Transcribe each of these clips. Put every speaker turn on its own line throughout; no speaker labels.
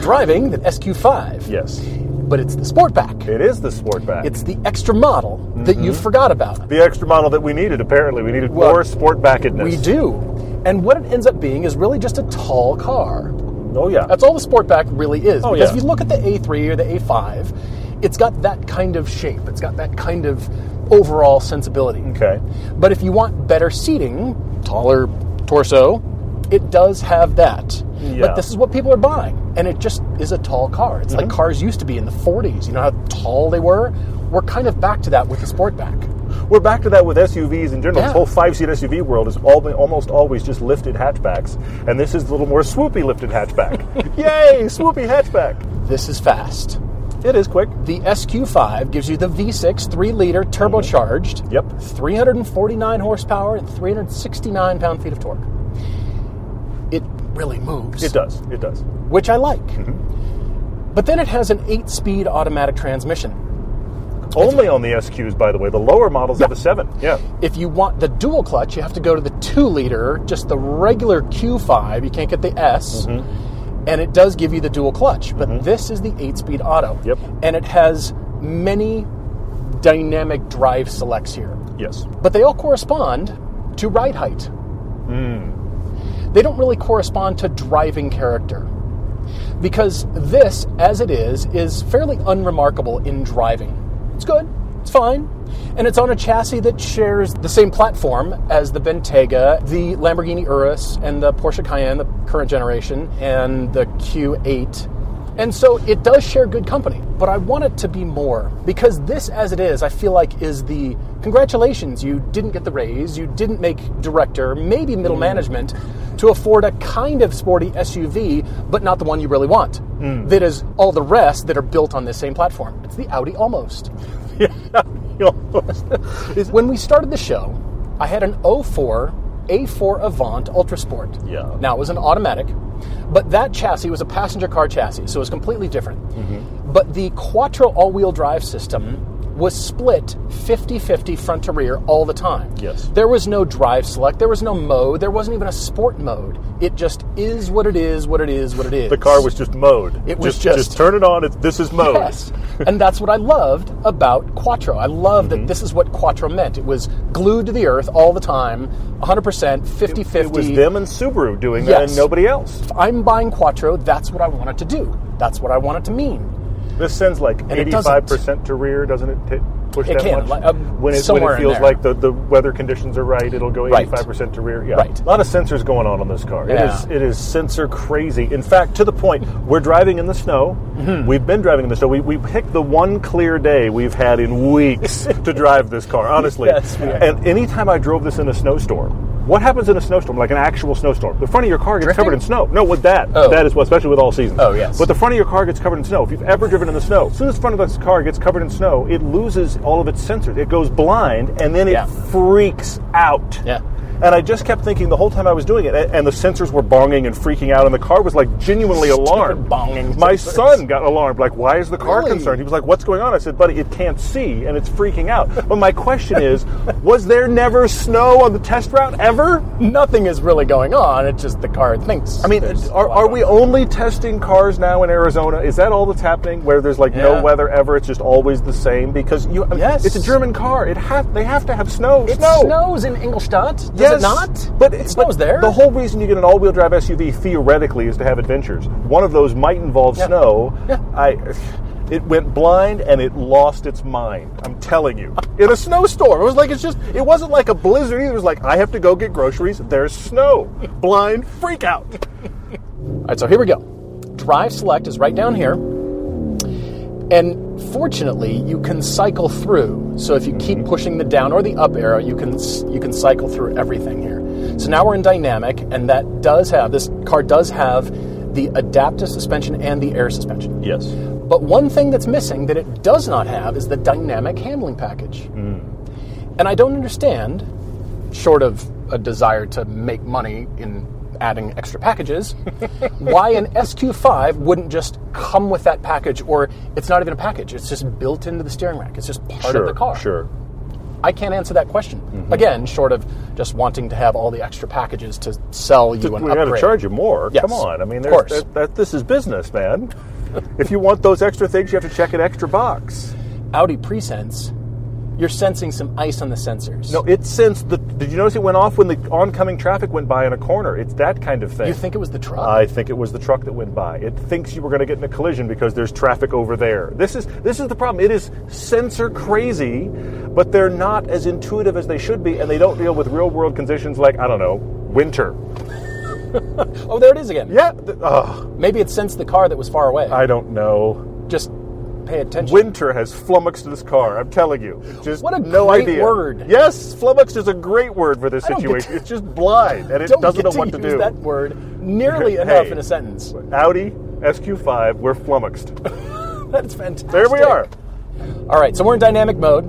driving the SQ5.
Yes.
But it's the Sportback.
It is the Sportback.
It's the extra model that you
Mm-hmm.
forgot about.
the extra model that we needed, apparently. We needed
Well,
more Sportbackedness.
We do. And what it ends up being is really just a tall car.
Oh, yeah.
That's all the Sportback really is.
Oh,
because
yeah.
if you look at the A3 or the A5, it's got that kind of shape. It's got that kind of overall sensibility.
okay.
But if you want better seating, taller torso, it does have that.
Yeah.
But this is what people are buying, and it just is a tall car. It's
Mm-hmm.
like cars used to be in the 40s. You know how tall they were? We're kind of back to that with the Sportback.
We're back to that with SUVs in general.
Yeah.
This whole five-seat SUV world is al- almost always just lifted hatchbacks, and this is a little more swoopy lifted hatchback. Yay, swoopy hatchback!
This is fast.
It is quick.
The SQ5 gives you the V6 3 liter turbocharged,
Mm-hmm. Yep.
349 horsepower, and 369 pound feet of torque. It really moves.
It Mm-hmm. does. It does.
which I like. But then it has an eight speed automatic transmission.
Only on the SQs, by the way. The lower models have a seven. Yeah.
If you want the dual clutch, you have to go to the two liter, just the regular Q5. You can't get the S. And it does give you the dual clutch, but this is the eight speed auto.
Yep.
And it has many dynamic drive selects here,
Yes.
but they all correspond to ride height. They don't really correspond to driving character. because this, as it is, is fairly unremarkable in driving. It's good, it's fine, and it's on a chassis that shares the same platform as the Bentayga, the Lamborghini Urus, and the Porsche Cayenne, the current generation, and the Q8. And so it does share good company, but I want it to be more because this, as it is, I feel like is the congratulations. You didn't get the raise, you didn't make director, maybe middle management, to afford a kind of sporty SUV, but not the one you really want. That is all the rest that are built on this same platform. It's the Audi almost. When we started the show, I had an 04 A4 Avant Ultra Sport.
Yeah.
Now it was an automatic, but that chassis was a passenger car chassis, so it was completely different.
Mm-hmm.
But the Quattro all wheel drive system was split 50 50 front to rear all the time.
Yes.
There was no drive select, there was no mode, there wasn't even a sport mode. It just is what it is, what it is, what it is.
the car was just mowed.
It was
just,
just-
turn it on. It's, this is mowed.
Yes. and that's what I loved about Quattro. I love
Mm-hmm.
that this is what Quattro meant. It was glued to the earth all the time, 100%, 50
It was
50.
them and Subaru doing that, and
Yes.
nobody else.
I'm buying Quattro. That's what I want it to do. That's what I want it to mean.
This sends like
it
eighty-five percent to rear, doesn't it? T- push
It
that
can,
much
like, um,
when, it, when
somewhere
it
in
feels
there.
like the, the weather conditions are right, it'll go
Right.
eighty-five percent to rear. Yeah,
Right.
A lot of sensors going on on this car. It
Yeah.
is it is sensor crazy. In fact, to the point we're driving in the snow.
Mm-hmm.
We've been driving in the snow. We, we picked the one clear day we've had in weeks to drive this car. Honestly,
Yes, we are.
and anytime I drove this in a snowstorm. What happens in a snowstorm, like an actual snowstorm? The front of your car gets
Drifting?
covered in snow. No, with that.
Oh.
That is what, especially with all seasons.
Oh, yes.
But the front of your car gets covered in snow. If you've ever driven in the snow, as soon as the front of this car gets covered in snow, it loses all of its sensors. It goes blind, and then it
Yeah.
freaks out.
Yeah.
And I just kept thinking the whole time I was doing it, a- and the sensors were bonging and freaking out, and the car was like genuinely
Stupid
alarmed.
bonging
My
sensors.
son got alarmed, like, "Why is the car
Really?
concerned?" He was like, "What's going on?" I said, "Buddy, it can't see, and it's freaking out." But my question is, was there never snow on the test route ever?
Nothing is really going on. It's just the car thinks.
I mean,
there's
are,
a lot
are
going
we
on.
only testing cars now in Arizona? Is that all that's happening? Where there's like
Yeah.
no weather ever, it's just always the same because you. I mean,
Yes.
it's a German car. It have they have to have snow.
It
snow.
snows in Ingolstadt, does
Yes,
it not?
But
it snows
but
there.
The whole reason you get an all-wheel drive SUV theoretically is to have adventures. One of those might involve
Yeah.
snow.
Yeah.
I. It went blind and it lost its mind. I'm telling you, in a snowstorm. It was like it's just. It wasn't like a blizzard. either. It was like I have to go get groceries. There's snow. Blind freak out.
All right, so here we go. Drive select is right down here. And fortunately, you can cycle through. So if you keep pushing the down or the up arrow, you can s- you can cycle through everything here. So now we're in dynamic, and that does have this car does have the adaptive suspension and the air suspension.
Yes.
But one thing that's missing that it does not have is the dynamic handling package.
Hmm.
And I don't understand, short of a desire to make money in adding extra packages, why an SQ5 wouldn't just come with that package, or it's not even a package, it's just built into the steering rack. It's just part
sure, Mm-hmm.
of the car.
Sure.
I can't answer that question. Again, short of just wanting to have all the extra packages to sell you an
we
upgrade.
got to charge you more.
Yes,
Come on. I mean,
of
there's,
course.
That, that, this is business, man. if you want those extra things, you have to check an extra box.
Audi Presense, you're sensing some ice on the sensors.
No, it sensed the. Did you notice it went off when the oncoming traffic went by in a corner? It's that kind of thing.
you think it was the truck?
I think it was the truck that went by. It thinks you were going to get in a collision because there's traffic over there. This is this is the problem. It is sensor crazy, but they're not as intuitive as they should be, and they don't deal with real world conditions like I don't know winter.
oh, there it is again.
Yeah, th- ugh,
Maybe it sensed the car that was far away.
I don't know.
just pay attention.
Winter has flummoxed this car. I'm telling you, just
What a
no
great
idea.
word.
Yes, flummoxed is a great word for this
I don't get
situation.
to-
it's just blind, and it
Don't
doesn't
get
know
to
what
use
to do.
that word nearly
Hey.
enough in a sentence.
Audi SQ5, we're flummoxed.
That's fantastic.
There we are.
All right, so we're in dynamic mode,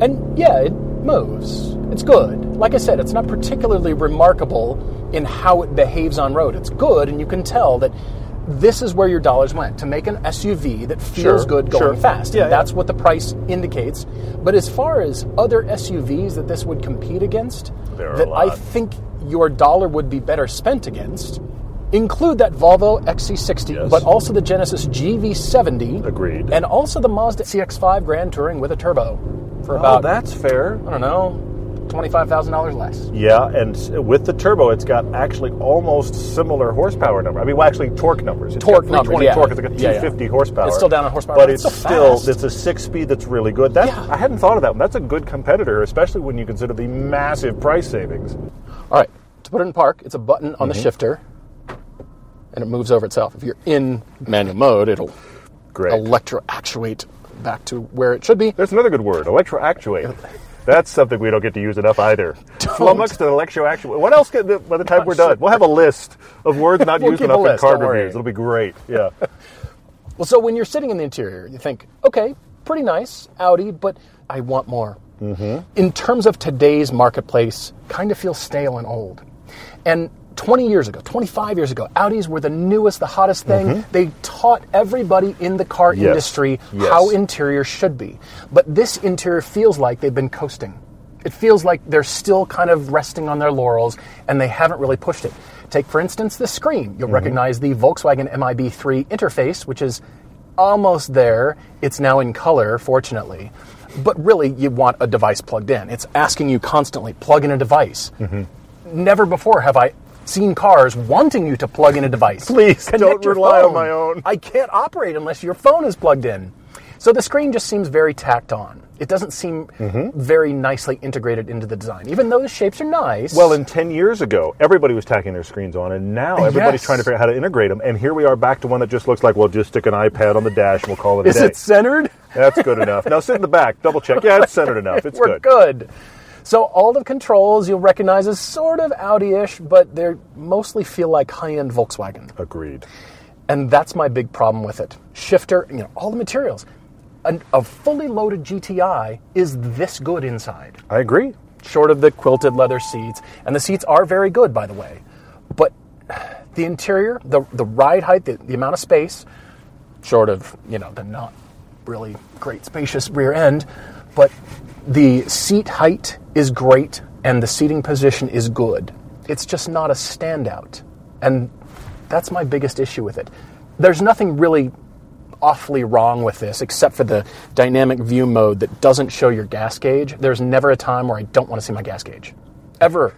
and yeah, it moves. It's good. Like I said, it's not particularly remarkable in how it behaves on road. It's good, and you can tell that this is where your dollars went to make an SUV that feels
Sure,
good going
sure.
fast.
Yeah, yeah.
and that's what the price indicates. But as far as other SUVs that this would compete against,
There are a
that I
lot.
think your dollar would be better spent against, include that Volvo XC60,
Yes.
but also the Genesis GV70.
Agreed.
And also the Mazda CX-5 Grand Touring with a turbo for
Oh,
about
that's fair.
I don't know twenty-five thousand dollars less.
Yeah, and s- with the turbo, it's got actually almost similar horsepower number. I mean, well, actually torque numbers. It's
Torque
got 320
numbers, yeah.
torque. It's got
Yeah, yeah.
250 horsepower.
It's still down on horsepower,
but
but
it's
it's so
still
fast.
it's a six-speed that's really good. That
Yeah.
I hadn't thought of that one. That's a good competitor, especially when you consider the massive price savings.
All right, to put it in park, it's a button on the shifter, and it moves over itself. If you're in manual mode, it'll
Great.
electro-actuate back to where it should be.
There's another good word, electroactuate. That's something we don't get to use enough either. Flummoxed and electroactuate. What else? Can, by the time we're done, we'll have a list of words not
We'll
used
keep a
enough in
list,
car
don't worry.
reviews. It'll be great. Yeah.
Well, so when you're sitting in the interior, you think, okay, pretty nice Audi, but I want more.
Mm-hmm.
In terms of today's marketplace, kind of feels stale and old. And 20 years ago, 25 years ago, Audis were the newest, the hottest thing. They taught everybody in the car
Mm-hmm. Yes.
industry
Yes.
how interior should be. But this interior feels like they've been coasting. It feels like they're still kind of resting on their laurels and they haven't really pushed it. Take, for instance, the screen. You'll
Mm-hmm.
recognize the Volkswagen MIB3 interface, which is almost there. It's now in color, fortunately. But really, you want a device plugged in. It's asking you constantly plug in a device.
Mm-hmm.
Never before have I seen cars wanting you to plug in a device.
Please don't
Connect your
rely on
phone.
my own.
I can't operate unless your phone is plugged in. So the screen just seems very tacked on. It doesn't seem
Mm-hmm.
very nicely integrated into the design, even though the shapes are nice.
Well, and 10 years ago, everybody was tacking their screens on, and now everybody's
Uh, Yes.
trying to figure out how to integrate them. And here we are back to one that just looks like, well, just stick an iPad on the dash and we'll call it a
is
day.
it centered?
That's good enough. Now sit in the back, double check. Yeah, it's centered enough. It's
We're
good.
good. So all the controls you'll recognize as sort of Audi-ish, but they mostly feel like high-end Volkswagen.
Agreed.
And that's my big problem with it. Shifter, you know, all the materials. An, a fully loaded GTI is this good inside.
I agree.
short of the quilted leather seats. And the seats are very good, by the way. But the interior, the, the ride height, the, the amount of space, short of, you know, the not really great spacious rear end, but the seat height is great and the seating position is good. It's just not a standout. And that's my biggest issue with it. There's nothing really awfully wrong with this, except for the dynamic view mode that doesn't show your gas gauge. There's never a time where I don't want to see my gas gauge. Ever.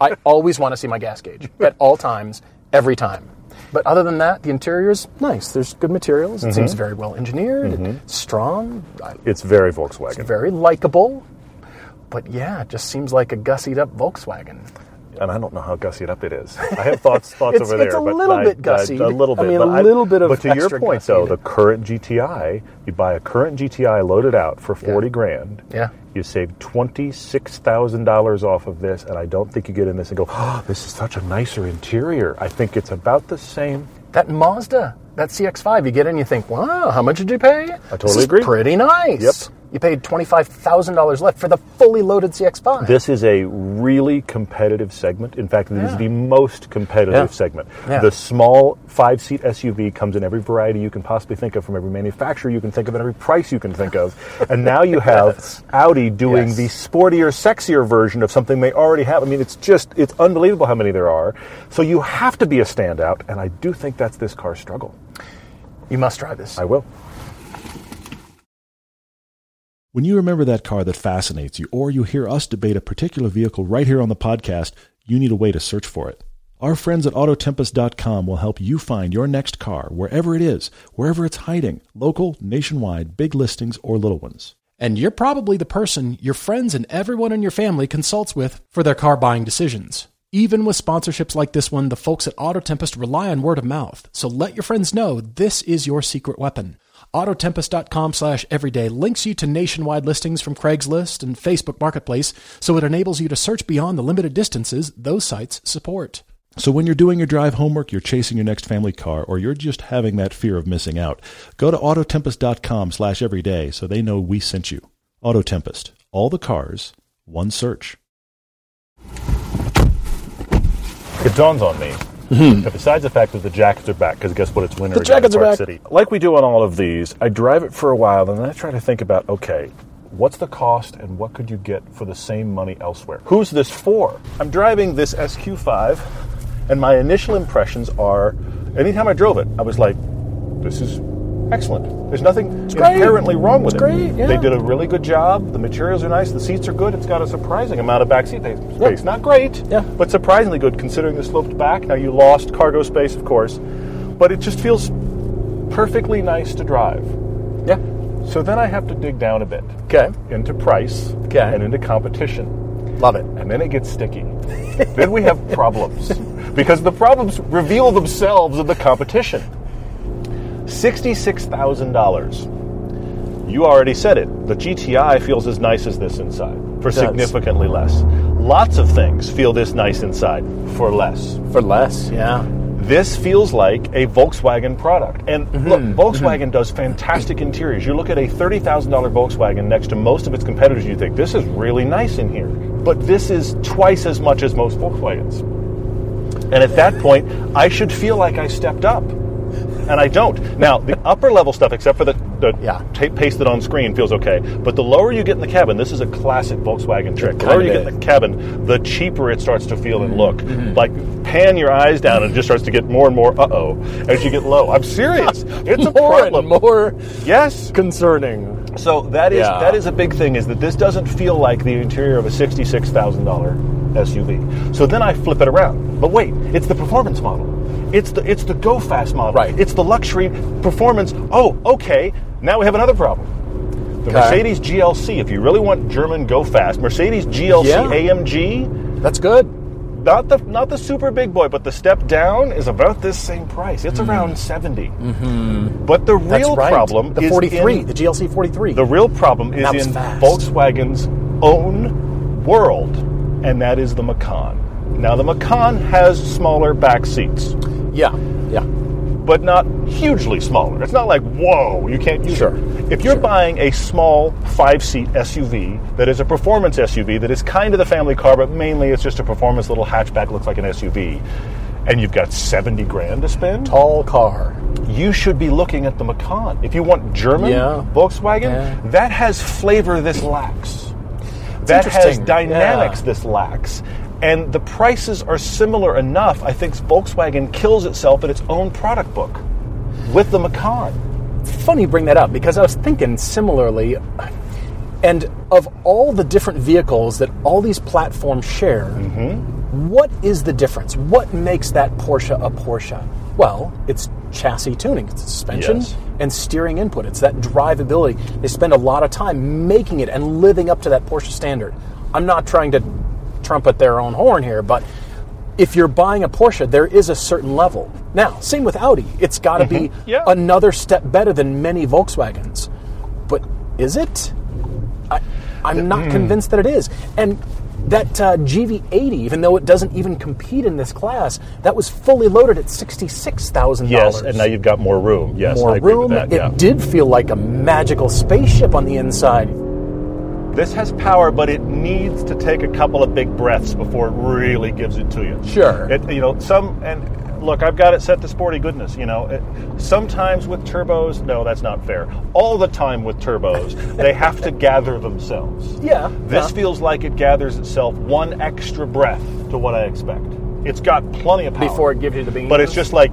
I always want to see my gas gauge at all times, every time. But other than that, the interior's nice. There's good materials. It seems very well engineered, strong, I-
It's very Volkswagen.
very likable. But yeah, it just seems like a gussied up Volkswagen.
And I don't know how gussied up it is. I have thoughts thoughts
It's-
over there.
it's a
but
little
I-
bit
I-
gussied.
A little
I
bit.
mean,
but
a little bit of
But to your
extra
point, though,
gussied.
the current GTI, you buy a current GTI loaded out for 40 grand.
Yeah.
You save $26,000 off of this, and I don't think you get in this and go, oh, this is such a nicer interior. I think it's about the same.
That Mazda, that CX5, you get in, you think, wow, how much did you pay? I
totally agree.
Pretty nice.
Yep.
You paid $25,000 left for the fully loaded CX5.
This is a really competitive segment. In fact, it is
Yeah.
the most competitive
Yeah.
segment.
Yeah.
The small five seat SUV comes in every variety you can possibly think of, from every manufacturer you can think of, and every price you can think of. And now you have Audi doing
Yes.
the sportier, sexier version of something they already have. I mean, it's just, it's unbelievable how many there are. So you have to be a standout, and I do think that's this car's struggle.
You must try this.
I will.
When you remember that car that fascinates you, or you hear us debate a particular vehicle right here on the podcast, you need a way to search for it. Our friends at Autotempest.com will help you find your next car, wherever it is, wherever it's hiding, local, nationwide, big listings, or little ones.
And you're probably the person your friends and everyone in your family consults with for their car buying decisions. Even with sponsorships like this one, the folks at Auto Tempest rely on word of mouth. So let your friends know this is your secret weapon. Autotempest.com slash everyday links you to nationwide listings from Craigslist and Facebook Marketplace, so it enables you to search beyond the limited distances those sites support.
So when you're doing your drive homework, you're chasing your next family car, or you're just having that fear of missing out, go to Autotempest.com slash everyday so they know we sent you. Autotempest. All the cars, one search.
It dawns on me
Mm-hmm.
that besides the fact that the jackets are back, because guess what? It's winter.
The
again in
jackets are
Park
back.
City. Like we do on all of these, I drive it for a while, and then I try to think about okay, what's the cost, and what could you get for the same money elsewhere? Who's this for? I'm driving this SQ5, and my initial impressions are, anytime I drove it, I was like, this is excellent. There's nothing
great.
inherently wrong with
It's
it.
great, yeah.
They did a really good job. The materials are nice. The seats are good. It's got a surprising amount of backseat space. Not great,
Yeah.
but surprisingly good considering the sloped back. Now you lost cargo space, of course, but it just feels perfectly nice to drive.
Yeah.
So then I have to dig down a bit
Okay.
into price
Okay.
and into competition,
Love it.
and then it gets sticky. then we have problems because the problems reveal themselves in the competition. Sixty-six thousand dollars. You already said it. The GTI feels as nice as this inside for
does.
significantly less. Lots of things feel this nice inside for less.
For less, yeah.
This feels like a Volkswagen product. And
Mm-hmm.
look, Volkswagen does fantastic interiors. You look at a $30,000 Volkswagen next to most of its competitors, you think, this is really nice in here. But this is twice as much as most Volkswagens. And at that point, I should feel like I stepped up. And I don't. Now, the upper level stuff, except for the, the
Yeah.
tape pasted on screen, feels okay. But the lower you get in the cabin, this is a classic Volkswagen trick. The
kind
lower you
of
get in
is.
the cabin, the cheaper it starts to feel and look. Like pan your eyes down, and it just starts to get more and more uh oh as you get low. I'm serious. It's a
more
problem.
and more
Yes.
concerning.
So that is
Yeah.
that is a big thing is that this doesn't feel like the interior of a sixty-six thousand dollar SUV. So then I flip it around. But wait, it's the performance model. It's the it's the go fast model.
Right.
It's the luxury performance. Oh, okay. Now we have another problem.
Okay.
The Mercedes GLC. If you really want German go fast, Mercedes GLC
Yeah.
AMG.
That's good.
Not the not the super big boy, but the step down is about this same price. It's around 70 Mm-hmm. But the
Mm. That's
real
right.
problem
the
is
43,
in
the GLC 43.
the real problem is
That was
in
fast.
Volkswagen's own world, and that is the Macan. Now, the Macan has smaller back seats,
yeah, yeah.
but not hugely smaller. It's not like, whoa, you can't use
Sure.
it. If you're buying a small five seat SUV that is a performance SUV that is kind of the family car, but mainly it's just a performance little hatchback, looks like an SUV, and you've got 70 grand to spend,
Tall car.
you should be looking at the Macan. If you want German
Yeah.
Volkswagen,
Yeah.
that has flavor this lacks. That has
interesting.
dynamics
Yeah.
this lacks. And the prices are similar enough. I think Volkswagen kills itself in its own product book with the Macan.
Funny you bring that up because I was thinking similarly. And of all the different vehicles that all these platforms share, what is the difference? What makes that Porsche a Porsche? Well, it's chassis tuning, it's suspension
Yes.
and steering input. It's that drivability. They spend a lot of time making it and living up to that Porsche standard. I'm not trying to trumpet their own horn here, but if you're buying a Porsche, there is a certain level. Now, same with Audi. It's got to be
Mm-hmm. Yeah.
another step better than many Volkswagens. But is it? I, I'm
Mm.
not convinced that it is. And that uh, GV80, even though it doesn't even compete in this class, that was fully loaded at $66,000.
Yes, and now you've got more room. Yes,
more
I agree
room.
with that.
it
yeah.
did feel like a magical spaceship on the inside.
This has power, but it needs to take a couple of big breaths before it really gives it to you.
Sure.
It, you know, some and look, I've got it set to sporty goodness. You know, it, sometimes with turbos, no, that's not fair. All the time with turbos, they have to gather themselves.
Yeah,
This
yeah.
feels like it gathers itself one extra breath to what I expect. It's got plenty of power
Before it gives you the bean.
but it's just like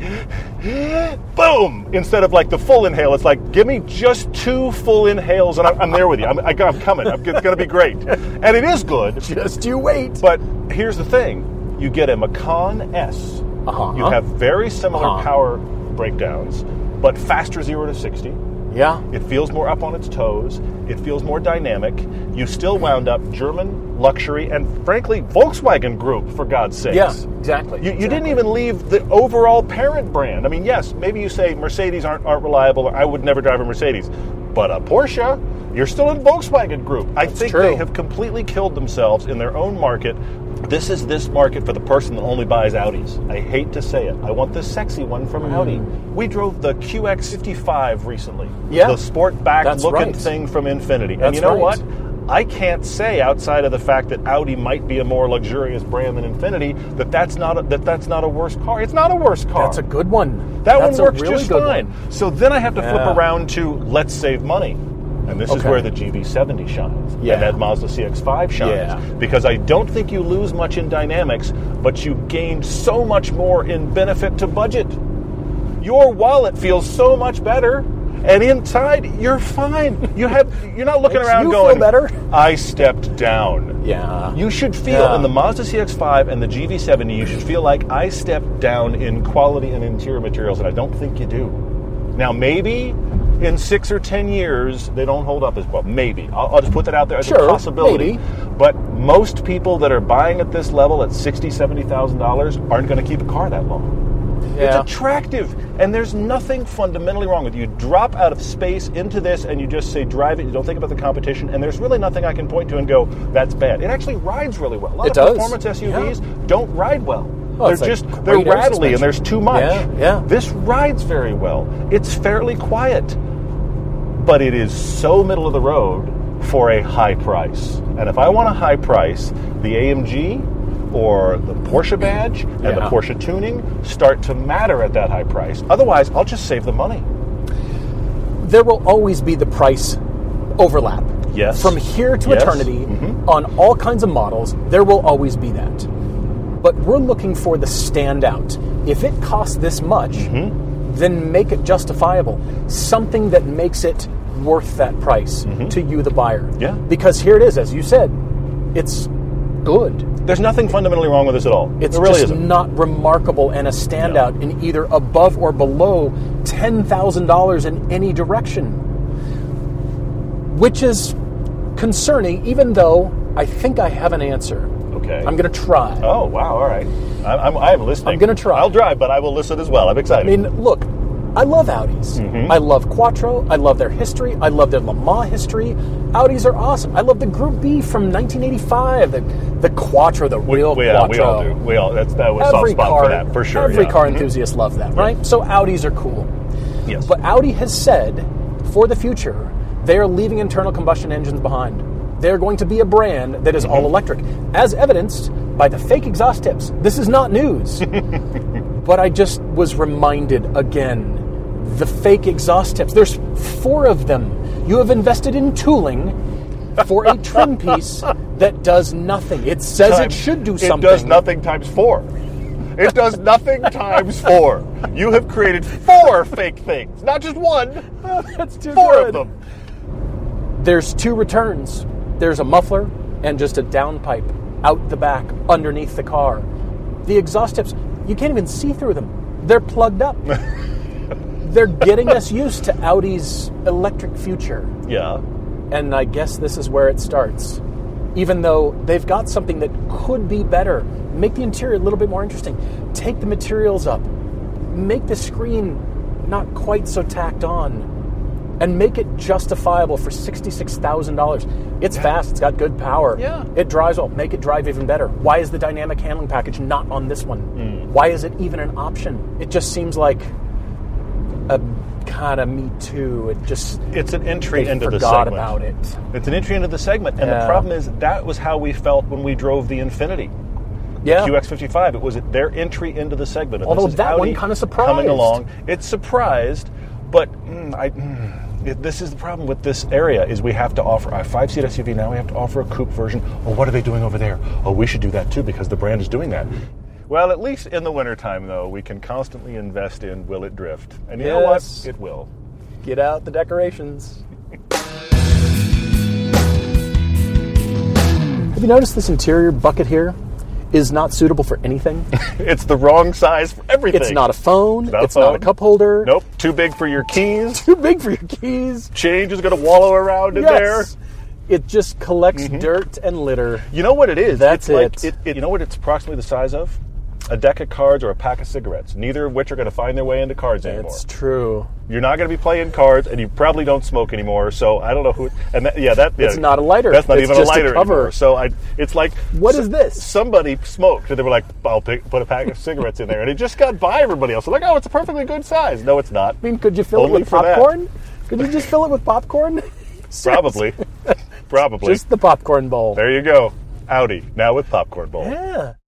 boom instead of like the full inhale it's like give me just two full inhales and i'm, I'm there with you i'm, I, I'm coming I'm, it's going to be great and it is good
just you wait.
but here's the thing you get a Macan S
Uh-huh.
you have very similar
Uh-huh.
power breakdowns but faster 0 to 60
yeah.
it feels more up on its toes. It feels more dynamic. You still wound up German luxury and, frankly, Volkswagen Group, for God's sakes.
Yeah, exactly.
You, you
Exactly.
didn't even leave the overall parent brand. I mean, yes, maybe you say Mercedes aren't, aren't reliable, or I would never drive a Mercedes, but a Porsche, you're still in Volkswagen Group. I think
true.
they have completely killed themselves in their own market. This is this market for the person that only buys Audis. I hate to say it. I want the sexy one from
Mm.
Audi. We drove the QX55 recently.
Yeah.
The sport back
That's
looking
right.
thing from Infinity. and
That's
you know
right.
what? I can't say outside of the fact that Audi might be a more luxurious brand than Infinity that that's not a, that that's not a worse car. It's not a worse car.
That's a good one.
that
That's
one works
a really
just
good
fine.
One.
So then I have to
Yeah.
flip around to let's save money. And this is
Okay.
where the GB70 shines
Yeah.
and that Mazda CX-5 shines
Yeah.
because I don't think you lose much in dynamics, but you gain so much more in benefit to budget. Your wallet feels so much better, and inside you're fine. You have you're not looking
Makes
around
you feel
going.
better.
I stepped down.
Yeah.
You should feel
Yeah.
in the Mazda CX-5 and the GV70. You should feel like I stepped down in quality and interior materials, and I don't think you do. Now maybe. In six or ten years, they don't hold up as well. Maybe I'll, I'll just put that out there as
Sure,
a possibility.
maybe.
But most people that are buying at this level at sixty, seventy thousand dollars aren't going to keep a car that long.
yeah.
It's attractive, and there's nothing fundamentally wrong with it. You drop out of space into this, and you just say drive it. You don't think about the competition, and there's really nothing I can point to and go that's bad. It actually rides really well. A lot
It
of
does.
performance SUVs don't ride well.
Oh, it's
they're
like
just they're
great air
rattly, and
suspension.
there's too much.
Yeah, yeah.
This rides very well. It's fairly quiet but it is so middle of the road for a high price. And if I want a high price, the AMG or the Porsche badge and the
Yeah.
Porsche tuning start to matter at that high price. Otherwise, I'll just save the money.
there will always be the price overlap.
Yes.
From here to
Yes. Mm-hmm.
eternity, on all kinds of models, there will always be that. But we're looking for the standout. If it costs this much,
Mm-hmm.
then make it justifiable. Something that makes it worth that price to you, the buyer.
Mm-hmm. Yeah.
Because here it is, as you said, it's good.
There's nothing fundamentally wrong with this at all.
It's
there really
just
isn't.
not remarkable and a standout in either above or below ten thousand dollars in any direction, which is concerning. Even though I think I have an answer,
okay.
I'm going to try.
oh wow! All right. I'm, I'm, I'm listening.
I'm gonna try.
I'll drive, but I will listen as well. I'm
I
excited.
mean, look, I love Audis.
Mm-hmm.
I love Quattro. I love their history. I love their Le Mans history. Audis are awesome. I love the Group B from 1985. The, the Quattro, the real
we, yeah,
Quattro.
we all do. We all. That's that was soft
Every
spot
car,
for that for sure.
every
yeah.
car
Mhm.
enthusiast loves that, right? So Audis are cool.
Yes.
But Audi has said for the future, they are leaving internal combustion engines behind. They're going to be a brand that is
Mm-hmm.
all electric, as evidenced by the fake exhaust tips. This is not news. but I just was reminded again the fake exhaust tips. There's four of them. You have invested in tooling for a trim piece that does nothing. It says it
times-
should do something.
It does nothing times four. It does nothing times four. You have created four fake things, not just one.
That's too
Four
good.
of them.
there's two returns there's a muffler and just a downpipe out the back underneath the car the exhaust tips you can't even see through them they're plugged up they're getting us used to audi's electric future
Yeah.
and i guess this is where it starts even though they've got something that could be better make the interior a little bit more interesting take the materials up make the screen not quite so tacked on and make it justifiable for $66,000. It's fast, it's got good power.
Yeah.
It drives well, make it drive even better. Why is the dynamic handling package not on
Hmm.
this one? Why is it even an option? It just seems like a kind of me too. It just
It's an entry
they
into the
forgot
segment.
about it.
It's an entry into the segment, and the
Yeah.
problem is that was how we felt when we drove the Infinity
Yeah,
QX55. It was their entry into the segment. and
Although
this is
that one
Audi
kinda
coming
surprised.
along, it's surprised, but mm, I. Mm, it- this is the problem with this area is we have to offer a five-seat SUV now. We have to offer a coupe version. Oh, what are they doing over there? Oh, we should do that too because the brand is doing that. Well, at least in the wintertime, though, we can constantly invest in will it drift, and you know what?
Yes.
It will.
get out the decorations. Have you noticed this interior bucket here is not suitable for anything?
It's the wrong size for everything.
It's not a phone.
Not a
it's not a
phone.
cup holder.
Nope. Too big for your keys.
Too big for your keys.
Change is going to wallow around in
Yes.
there. Mm-hmm.
It just collects dirt and litter.
You know what it is?
That's
It's like-
it.
You know what it's approximately the size of? A deck of cards or a pack of cigarettes. Neither of which are going to find their way into cards anymore.
It's true.
You're not going to be playing cards, and you probably don't smoke anymore. So I don't know who. And that, yeah, that
It's
yeah,
not a lighter.
That's not
It's
even
just
a
a
lighter
cover.
anymore. So I, it's like
What
what
is
is
this?
Somebody smoked, and they were like, "I'll pick, put a pack of cigarettes in there," and it just got by everybody else. They're like, "Oh, it's a perfectly good size." No, it's not.
I mean, could you fill
Only
it with
for that.
popcorn? Could you just fill it with popcorn?
Probably. Probably.
Just the popcorn bowl.
There you go. Audi, now with popcorn bowl.
Yeah.